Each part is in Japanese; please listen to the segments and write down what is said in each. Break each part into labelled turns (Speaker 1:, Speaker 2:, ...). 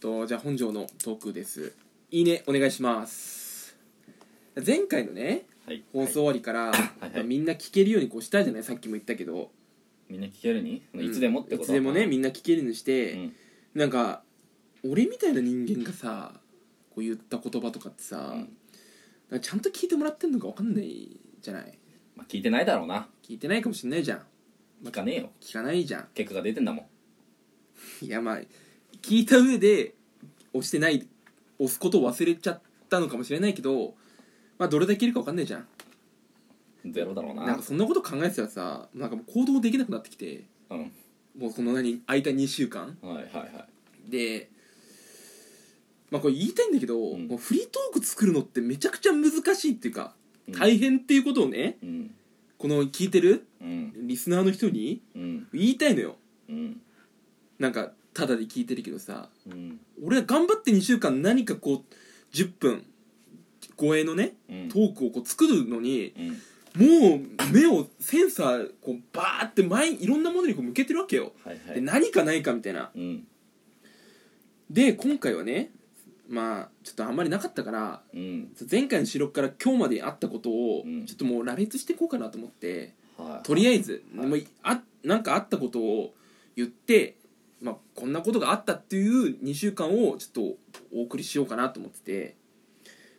Speaker 1: とじゃあ本庄のトークですいいねお願いします前回のね
Speaker 2: はい、
Speaker 1: 放送終わりから、
Speaker 2: はい
Speaker 1: まあみんな聞けるようにこうしたじゃないさっきも言ったけど、
Speaker 2: みんな聞けるに、いつでもってこと
Speaker 1: いつでもねみんな聞けるようにして、
Speaker 2: うん
Speaker 1: なんか俺みたいな人間がさこう言った言葉とかってさ、
Speaker 2: うん
Speaker 1: なんかちゃんと聞いてもらってんのか分かんないじゃない
Speaker 2: まあ、聞いてないだろうな
Speaker 1: 聞いてないかもしんないじゃん
Speaker 2: 聞かねえよ
Speaker 1: 聞かないじゃん
Speaker 2: 結果が出てんだもん
Speaker 1: いやまあ聞いた上で押してない押すことを忘れちゃったのかもしれないけどまあどれだけいるか分かんないじゃん
Speaker 2: ゼロだろうな
Speaker 1: なんかそんなこと考えてたらさなんかもう行動できなくなってきて
Speaker 2: うん
Speaker 1: もうこの何空いた2週間
Speaker 2: はいはいは
Speaker 1: でまあこれ言いたいんだけど、
Speaker 2: ん
Speaker 1: もうフリートーク作るのってめちゃくちゃ難しいっていうか
Speaker 2: うん
Speaker 1: 大変っていうことをね
Speaker 2: いうん
Speaker 1: この聞いてる
Speaker 2: うん
Speaker 1: リスナーの人に
Speaker 2: うん
Speaker 1: 言いたいのよ
Speaker 2: うん
Speaker 1: なんかただで聞いてるけどさ
Speaker 2: うん
Speaker 1: 俺は頑張って2週間何かこう10分超えのね
Speaker 2: うん
Speaker 1: トークをこう作るのに
Speaker 2: うん
Speaker 1: もう目をセンサーこうバーって前いろんなものにこう向けてるわけよ、
Speaker 2: はいは
Speaker 1: で
Speaker 2: い
Speaker 1: 何かないかみたいな
Speaker 2: うん
Speaker 1: で今回はねまあちょっとあんまりなかったから
Speaker 2: うん
Speaker 1: 前回の収録から今日まであったことを
Speaker 2: うん
Speaker 1: ちょっともう羅列していこうかなと思って、
Speaker 2: はい
Speaker 1: とりあえず、
Speaker 2: はい
Speaker 1: もういあなんかあったことを言って、まあ、こんなことがあったっていう2週間をちょっとお送りしようかなと思ってて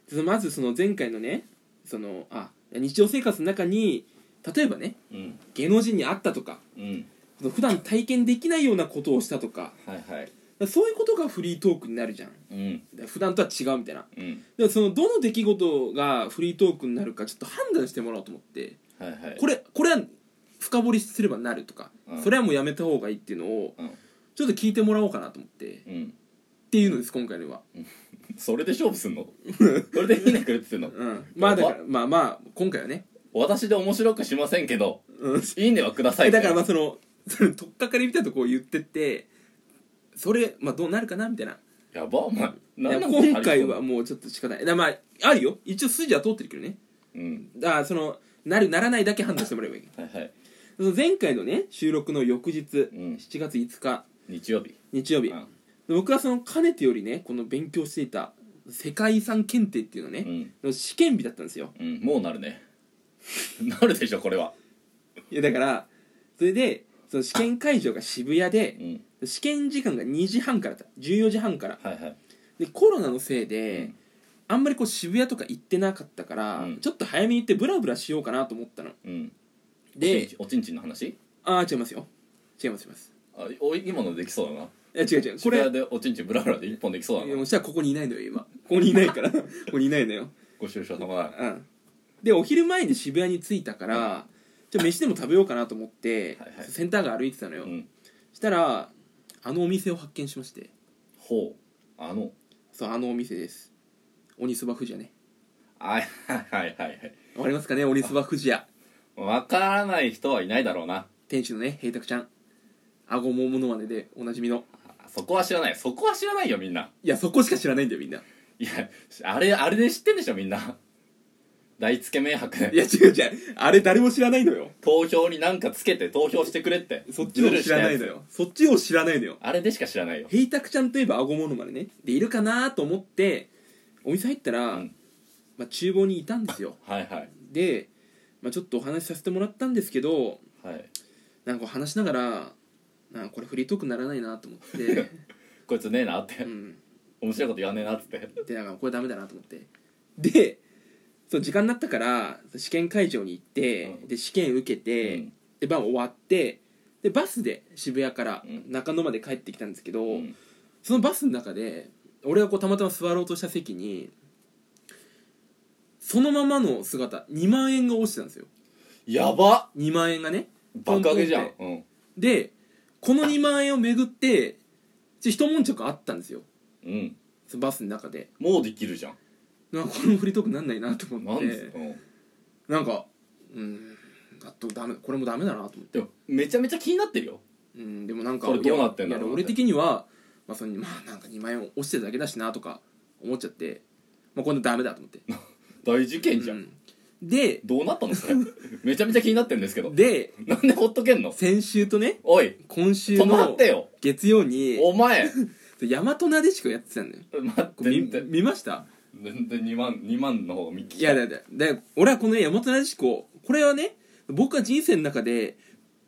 Speaker 1: そのまずその前回のねそのあ日常生活の中に例えばね
Speaker 2: うん
Speaker 1: 芸能人に会ったとか
Speaker 2: うん
Speaker 1: その普段体験できないようなことをしたとか
Speaker 2: はいはい
Speaker 1: そういうことがフリートークになるじゃん
Speaker 2: うん
Speaker 1: 普段とは違うみたいな
Speaker 2: うん
Speaker 1: でもそのどの出来事がフリートークになるかちょっと判断してもらおうと思って
Speaker 2: はいはい
Speaker 1: これこれは深掘りすればなるとか、
Speaker 2: うん
Speaker 1: それはもうやめた方がいいっていうのを
Speaker 2: うん
Speaker 1: ちょっと聞いてもらおうかなと思って
Speaker 2: うん
Speaker 1: っていうのです今回のは、
Speaker 2: それで勝負すんのそれでいいねくれって言ってんの
Speaker 1: うん、まあだからまあまあ今回はね、
Speaker 2: 私で面白くしませんけど
Speaker 1: うん、
Speaker 2: いいねはください
Speaker 1: だからまあその その取っかかりみたいなとこを言ってってそれ、まあ、どうなるかなみたいな
Speaker 2: やばお前なんなん
Speaker 1: 今回はもうちょっと仕方ないだからまああるよ一応筋は通ってるけどね
Speaker 2: うん
Speaker 1: だからそのなるならないだけ判断してもらえばいい
Speaker 2: はいはい
Speaker 1: その前回のね収録の翌日、
Speaker 2: うん
Speaker 1: 7月5日
Speaker 2: 日曜日
Speaker 1: 日曜日、
Speaker 2: うん
Speaker 1: で僕はそのかねてよりねこの勉強していた世界遺産検定っていうの
Speaker 2: う
Speaker 1: ね、
Speaker 2: ん
Speaker 1: の試験日だったんですよ
Speaker 2: うんもうなるね なるでしょこれはい
Speaker 1: やだからそれでその試験会場が渋谷
Speaker 2: う
Speaker 1: で
Speaker 2: ん
Speaker 1: 試験時間が2時半からだった14時半から
Speaker 2: はいはい
Speaker 1: でコロナのせいで、
Speaker 2: うん
Speaker 1: あんまりこう渋谷とか行ってなかったから、
Speaker 2: うん
Speaker 1: ちょっと早めに行ってブラブラしようかなと思ったの
Speaker 2: うん
Speaker 1: で
Speaker 2: おちんちんの話
Speaker 1: ああ違いますよ違います違います
Speaker 2: あお今のできそうだない
Speaker 1: や違う違うこ
Speaker 2: こ
Speaker 1: れ
Speaker 2: れでおちんちんブラブラで一本できそうだ
Speaker 1: いやも
Speaker 2: な
Speaker 1: うしたらここにいないのよ今ここにいないから ここにいないのよ
Speaker 2: ご愁傷様だ
Speaker 1: うんでお昼前に渋谷に着いたから、じゃあ飯でも食べようかなと思って
Speaker 2: はいはい
Speaker 1: センター街歩いてたのよ、
Speaker 2: うん
Speaker 1: したらあのお店を発見しまして
Speaker 2: ほうあの
Speaker 1: そうあのお店です鬼そば富士屋ね
Speaker 2: あはいはいはい
Speaker 1: わかりますかね鬼そば富士屋
Speaker 2: わからない人はいないだろうな
Speaker 1: 店主のね平拓ちゃん顎もものまねでおなじみの
Speaker 2: あそこは知らないそこは知らないよみんない
Speaker 1: やそこしか知らないんだよみんない
Speaker 2: やあれあれで知ってんでしょみんな大つけ明白
Speaker 1: いや違う違うあれ誰も知らないのよ
Speaker 2: 投票になんかつけて投票してくれって
Speaker 1: そっちを知らないのよそっちを知らないのよ
Speaker 2: あれでしか知らないよ
Speaker 1: 平拓ちゃんといえば顎ものまねねでいるかなと思ってお店入ったら、
Speaker 2: うん
Speaker 1: まあ、厨房にいたんですよ
Speaker 2: はいはい
Speaker 1: で、まあ、ちょっとお話しさせてもらったんですけど
Speaker 2: はい
Speaker 1: なんかお話しながらなんかこれフリートークにならないなと思 って、
Speaker 2: こいつねえなって
Speaker 1: うん、
Speaker 2: 面白いこと言わねえなっつって
Speaker 1: でなんかこれダメだなと思ってでそう時間になったから試験会場に行って、
Speaker 2: うん
Speaker 1: で試験受けて、
Speaker 2: うん
Speaker 1: で晩終わってでバスで渋谷から
Speaker 2: うん
Speaker 1: 中野まで帰ってきたんですけど、
Speaker 2: うん
Speaker 1: そのバスの中で俺がこうたまたま座ろうとした席にそのままの姿2万円が落ちてたんですよ
Speaker 2: やば
Speaker 1: 2万円がね
Speaker 2: バカげじゃんうん
Speaker 1: でこの2万円を巡ってちょ一悶着あったんですよ
Speaker 2: うん
Speaker 1: そのバスの中で
Speaker 2: もうできるじゃん
Speaker 1: なんかこのフリートークなんないなと思
Speaker 2: な
Speaker 1: って
Speaker 2: んですうん
Speaker 1: なんかうんあとダメこれもダメだなと思って、
Speaker 2: でもめちゃめちゃ気になってるよ
Speaker 1: うん、でもなんか
Speaker 2: これどうなってんだ
Speaker 1: い
Speaker 2: ろう
Speaker 1: や
Speaker 2: な
Speaker 1: 俺的には、まあそのまあ、なんか2万円落ちてるだけだしなとか思っちゃって、まあ、これダメだと思って、
Speaker 2: 大事件じゃ
Speaker 1: うんんで
Speaker 2: どうなったの それめちゃめちゃ気になってるんですけど
Speaker 1: で
Speaker 2: なんでほっとけんの
Speaker 1: 先週とね
Speaker 2: おい
Speaker 1: 今週
Speaker 2: 止まっ
Speaker 1: の
Speaker 2: てよ
Speaker 1: 月曜に
Speaker 2: お前
Speaker 1: 大和なでしこやってたんだよ
Speaker 2: 待っ
Speaker 1: これ
Speaker 2: て
Speaker 1: 見
Speaker 2: って
Speaker 1: 見ました
Speaker 2: 全然2万2万の方が見
Speaker 1: いやだだだ俺はこのね大和なでしここれはね僕は人生の中で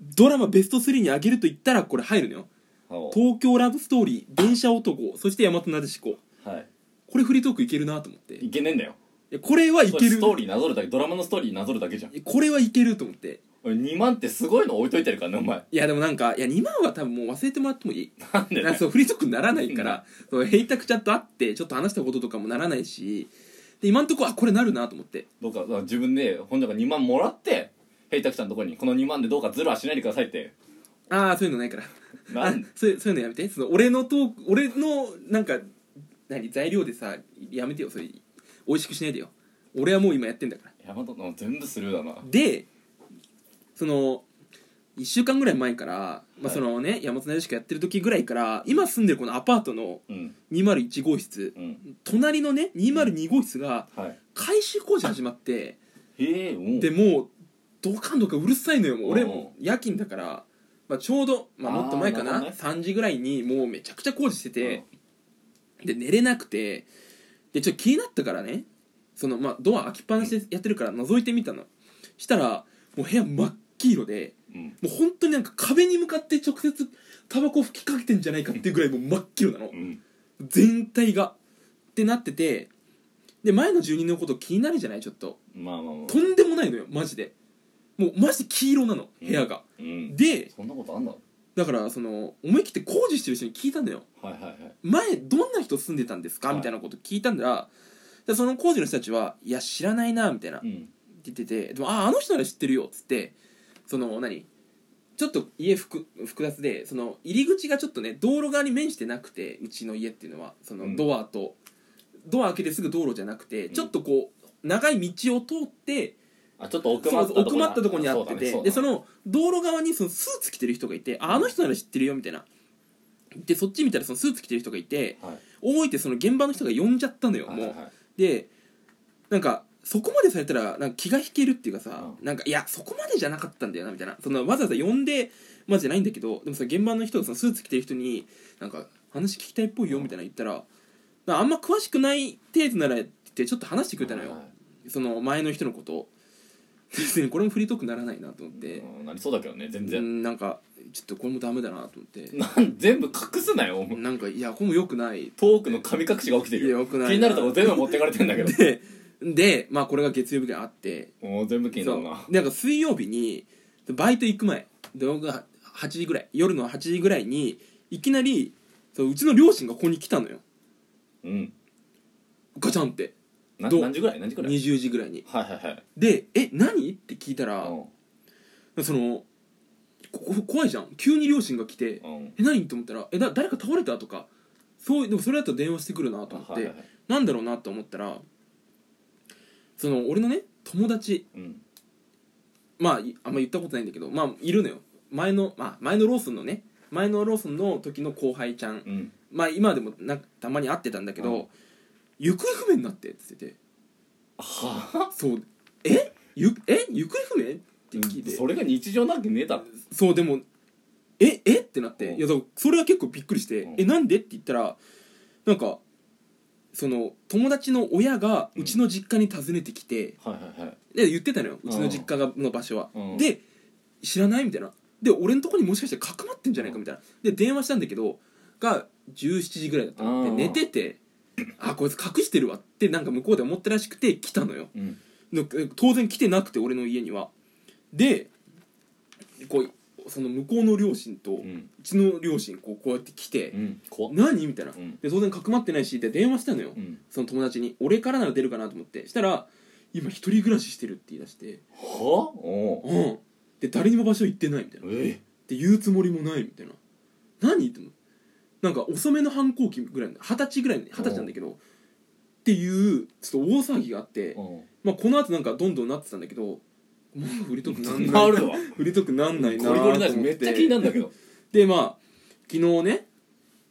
Speaker 1: ドラマベスト3に上げると言ったらこれ入るのよ
Speaker 2: ほう
Speaker 1: 東京ラブストーリー電車男そして大和なでしこ
Speaker 2: は
Speaker 1: これフリートークいけるなと思って
Speaker 2: い
Speaker 1: い
Speaker 2: いけねえんだよ
Speaker 1: やこれはい
Speaker 2: そ
Speaker 1: け
Speaker 2: れ
Speaker 1: る
Speaker 2: ストーリーなぞるだけドラマのストーリーなぞるだけじゃん
Speaker 1: いやこれはいけると思って
Speaker 2: 俺2万ってすごいの置いといてるからねお前
Speaker 1: いやでもなんかいや2万は多分もう忘れてもらってもいい
Speaker 2: なんで
Speaker 1: なん
Speaker 2: だ
Speaker 1: か
Speaker 2: よ
Speaker 1: そうフリートークにならないからそのヘイタクちゃんと会ってちょっと話したこととかもならないしで今んとこあこれなるなと思って
Speaker 2: どうかあ自分で本庄が2万もらって平拓ちゃんのとこにこの2万でどうかズルはしないでくださいって
Speaker 1: ああそういうのないから
Speaker 2: な
Speaker 1: あ
Speaker 2: ん
Speaker 1: そういうそういうのやめてその俺のトーク俺のなんか何材料でさやめてよそれ美味しくしないでよ俺はもう今やってんだから
Speaker 2: 大和の全部スルーだな
Speaker 1: でその1週間ぐらい前から、ま
Speaker 2: は
Speaker 1: あ
Speaker 2: い
Speaker 1: そのね山本なしかやってる時ぐらいから今住んでるこのアパートの
Speaker 2: うん
Speaker 1: 201号室
Speaker 2: うん
Speaker 1: 隣のね202号室が
Speaker 2: はい
Speaker 1: 改修工事始まって
Speaker 2: へえうん
Speaker 1: でもうドカンドカンうるさいのよもう俺
Speaker 2: うん
Speaker 1: も夜勤だから、まあ、ちょうど、まあ、もっと前かな
Speaker 2: あーなるほ
Speaker 1: 3時ぐらいにもうめちゃくちゃ工事してて、で寝れなくてでちょっと気になったからねその、まあ、ドア開きっぱなしでやってるから覗いてみたのしたらもう部屋真っ黄色で
Speaker 2: うん
Speaker 1: もう本当になんか壁に向かって直接タバコ吹きかけてんじゃないかっていうぐらいもう真っ黄色なの
Speaker 2: うん
Speaker 1: 全体がってなっててで前の住人のこと気になるじゃないちょっと
Speaker 2: まあまあまあ
Speaker 1: とんでもないのよマジでもうマジで黄色なの部屋が、
Speaker 2: うん
Speaker 1: で
Speaker 2: そんなことあんだ
Speaker 1: だからその思い切って工事してる人に聞いたんだよ
Speaker 2: はいはいはい
Speaker 1: 前どんな人住んでたんですか
Speaker 2: はい
Speaker 1: みたいなこと聞いたんだらでその工事の人たちはいや知らないなみたいなっ
Speaker 2: う
Speaker 1: て
Speaker 2: ん
Speaker 1: 言っててでもああの人なら知ってるよっつってその何ちょっと家複複雑でその入り口がちょっとね道路側に面してなくてうちの家っていうのはそうの
Speaker 2: ん
Speaker 1: ドアと、ドア開けてすぐ道路じゃなくて、
Speaker 2: ん
Speaker 1: ちょっとこう長い道を通って
Speaker 2: あちょっと奥
Speaker 1: そ
Speaker 2: ま
Speaker 1: う
Speaker 2: った
Speaker 1: 奥まったところにあってて、でそ
Speaker 2: の
Speaker 1: の道路側にそのスーツ着てる人がいてああの人なら知ってるよみたいなでそっち見たらそのスーツ着てる人がいて
Speaker 2: はい
Speaker 1: 大いてその現場の人が呼んじゃったのよも
Speaker 2: は
Speaker 1: う、
Speaker 2: いはいはい
Speaker 1: でなんかそこまでされたらなんか気が引けるっていうかさ、
Speaker 2: う
Speaker 1: なんかいやそこまでじゃなかったんだよなみたいなそのわざわざ呼んでまあじゃないんだけどでもその現場の人がそのスーツ着てる人になんか話聞きたいっぽいよみたいな言ったら、なんかあんま詳しくない程度ならってちょっと話してくれたのよ、
Speaker 2: はいはい
Speaker 1: その前の人のこと 別にこれもフリートークならないなと思って、
Speaker 2: うんなりそうだけどね全
Speaker 1: う
Speaker 2: 然
Speaker 1: んなんかちょっとこれもダメだなと思って
Speaker 2: なん全部隠すなよお前
Speaker 1: なんかいやこれも良くない
Speaker 2: トークの神隠しが起きてるよ
Speaker 1: いや良くないな
Speaker 2: 気になるとこ全部持ってかれてんだけど
Speaker 1: ででまあこれが月曜日があって
Speaker 2: もう全部気にな
Speaker 1: そう
Speaker 2: るな
Speaker 1: なんか水曜日にバイト行く前で僕が8時ぐらい夜の8時ぐらいにいきなりそううちの両親がここに来たのよ
Speaker 2: うん
Speaker 1: ガチャンって
Speaker 2: な
Speaker 1: どう
Speaker 2: 何時ぐらい何時ぐらい
Speaker 1: 20時ぐらいに
Speaker 2: はいはいはい
Speaker 1: で「え何?」って聞いたらそのここ怖いじゃん急に両親が来て
Speaker 2: うんうん
Speaker 1: え何と思ったらえだ誰か倒れたとかそうでもそれだったら電話してくるなと思って、
Speaker 2: はいはいはい
Speaker 1: なんだろうなと思ったらその俺のね友達
Speaker 2: うん
Speaker 1: まあいあんま言ったことないんだけどまあいるのよ前の、まあ、前のローソンのね前のローソンの時の後輩ちゃん
Speaker 2: うん
Speaker 1: まあ今でもなんかたまに会ってたんだけど、
Speaker 2: うん
Speaker 1: 行方不明になってって言ってて
Speaker 2: はあ
Speaker 1: そうえゆえ行方不明って聞いて、
Speaker 2: それが日常なわけねえだろ
Speaker 1: そうでもええってなって、
Speaker 2: うん
Speaker 1: いやだからそれは結構びっくりして「
Speaker 2: うん
Speaker 1: えなんで?」って言ったらなんかその友達の親が
Speaker 2: うん
Speaker 1: うちの実家に訪ねてきて、
Speaker 2: はいはいはい
Speaker 1: で言ってたのようち
Speaker 2: う
Speaker 1: の
Speaker 2: ん
Speaker 1: 実家がの場所は、
Speaker 2: うん
Speaker 1: で知らないみたいなで俺のとこにもしかしてかくまってんじゃないかみたいなで電話したんだけどが17時ぐらいだったので
Speaker 2: うん
Speaker 1: 寝ててあこいつ隠してるわってなんか向こうで思ったらしくて来たのよ
Speaker 2: うん
Speaker 1: の当然来てなくて俺の家にはでこうその向こうの両親と
Speaker 2: う
Speaker 1: うんちの両親こうこうやって来て
Speaker 2: うん
Speaker 1: 「
Speaker 2: 怖っ
Speaker 1: 何?」みたいな
Speaker 2: うん
Speaker 1: で当然かくまってないしで電話したのよ
Speaker 2: うん
Speaker 1: その友達に俺からなら出るかなと思ってしたら「今一人暮らししてる」って言い出して
Speaker 2: はあ
Speaker 1: 「
Speaker 2: おう
Speaker 1: うん」で誰にも場所行ってないみたいな
Speaker 2: えい
Speaker 1: で言うつもりもないみたいな何って思ってなんか遅めの反抗期ぐらいの二十歳ぐらいの二十歳なんだけどっていうちょっと大騒ぎがあって
Speaker 2: う
Speaker 1: まあ、この後なんかどんどんなってたんだけどもう振りとくなん
Speaker 2: ん
Speaker 1: な
Speaker 2: ないるわ
Speaker 1: 振りとくなんないな
Speaker 2: ゴリゴリだしめっちゃ気になるんだけど
Speaker 1: でまあ昨日ね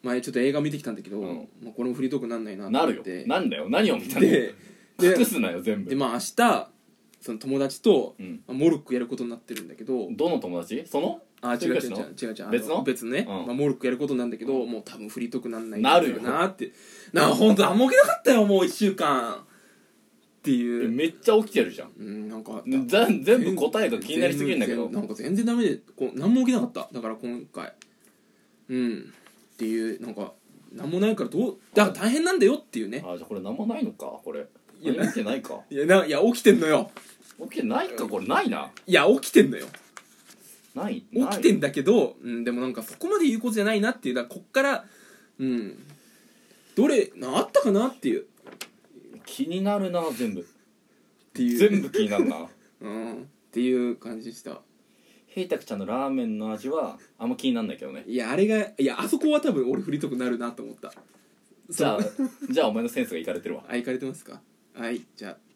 Speaker 1: 前ちょっと映画見てきたんだけど、
Speaker 2: うん
Speaker 1: まあ、これも振りとくなんないな
Speaker 2: な
Speaker 1: と
Speaker 2: る
Speaker 1: 思
Speaker 2: よ
Speaker 1: って
Speaker 2: なんだよ何を見たの
Speaker 1: で
Speaker 2: 隠
Speaker 1: です
Speaker 2: なよ全
Speaker 1: で
Speaker 2: 部
Speaker 1: まあ明日その友達と
Speaker 2: うん
Speaker 1: まあモルックやることになってるんだけど
Speaker 2: どの友達その
Speaker 1: あ
Speaker 2: 一
Speaker 1: ー
Speaker 2: 人
Speaker 1: 違う
Speaker 2: 暮
Speaker 1: 違
Speaker 2: らし
Speaker 1: う違
Speaker 2: の
Speaker 1: う違う違う
Speaker 2: 別の
Speaker 1: 別のね、
Speaker 2: うん
Speaker 1: まあ、モルックやることなんだけど、もう多分フリートークなんない
Speaker 2: なるよ
Speaker 1: なってなあ本当あんま起きなかったよもう1週間って
Speaker 2: え
Speaker 1: いう
Speaker 2: めっちゃ起きてるじゃん
Speaker 1: うんなんか
Speaker 2: ざん全部答えが気になりすぎるんだけど
Speaker 1: 全然なんか全然ダメでこう何も起きなかっただから今回うんっていうなんか何もないからどうだから大変なんだよっていうね
Speaker 2: あじゃあこれ何もないのかこれ
Speaker 1: いや
Speaker 2: いや起きてないか
Speaker 1: いやないや起きてんのよ
Speaker 2: 起きてないかこれないない
Speaker 1: や起きてんのよ
Speaker 2: ない
Speaker 1: 起
Speaker 2: ない
Speaker 1: きてんだけど、うん、でもなんかそこまで言うことじゃないなっていうだからこっからうんどれなあったかなっていうっ
Speaker 2: 気になるな全部
Speaker 1: ていう
Speaker 2: 全部気になる な
Speaker 1: うんっていう感じでした
Speaker 2: 平たくちゃんのラーメンの味はあんま気になんないけどね
Speaker 1: いやあれがいやあそこは多分俺振りとくなるなと思った
Speaker 2: じゃあじゃあお前のセンスがいかれてるわ
Speaker 1: あいかれてますかはいじゃあ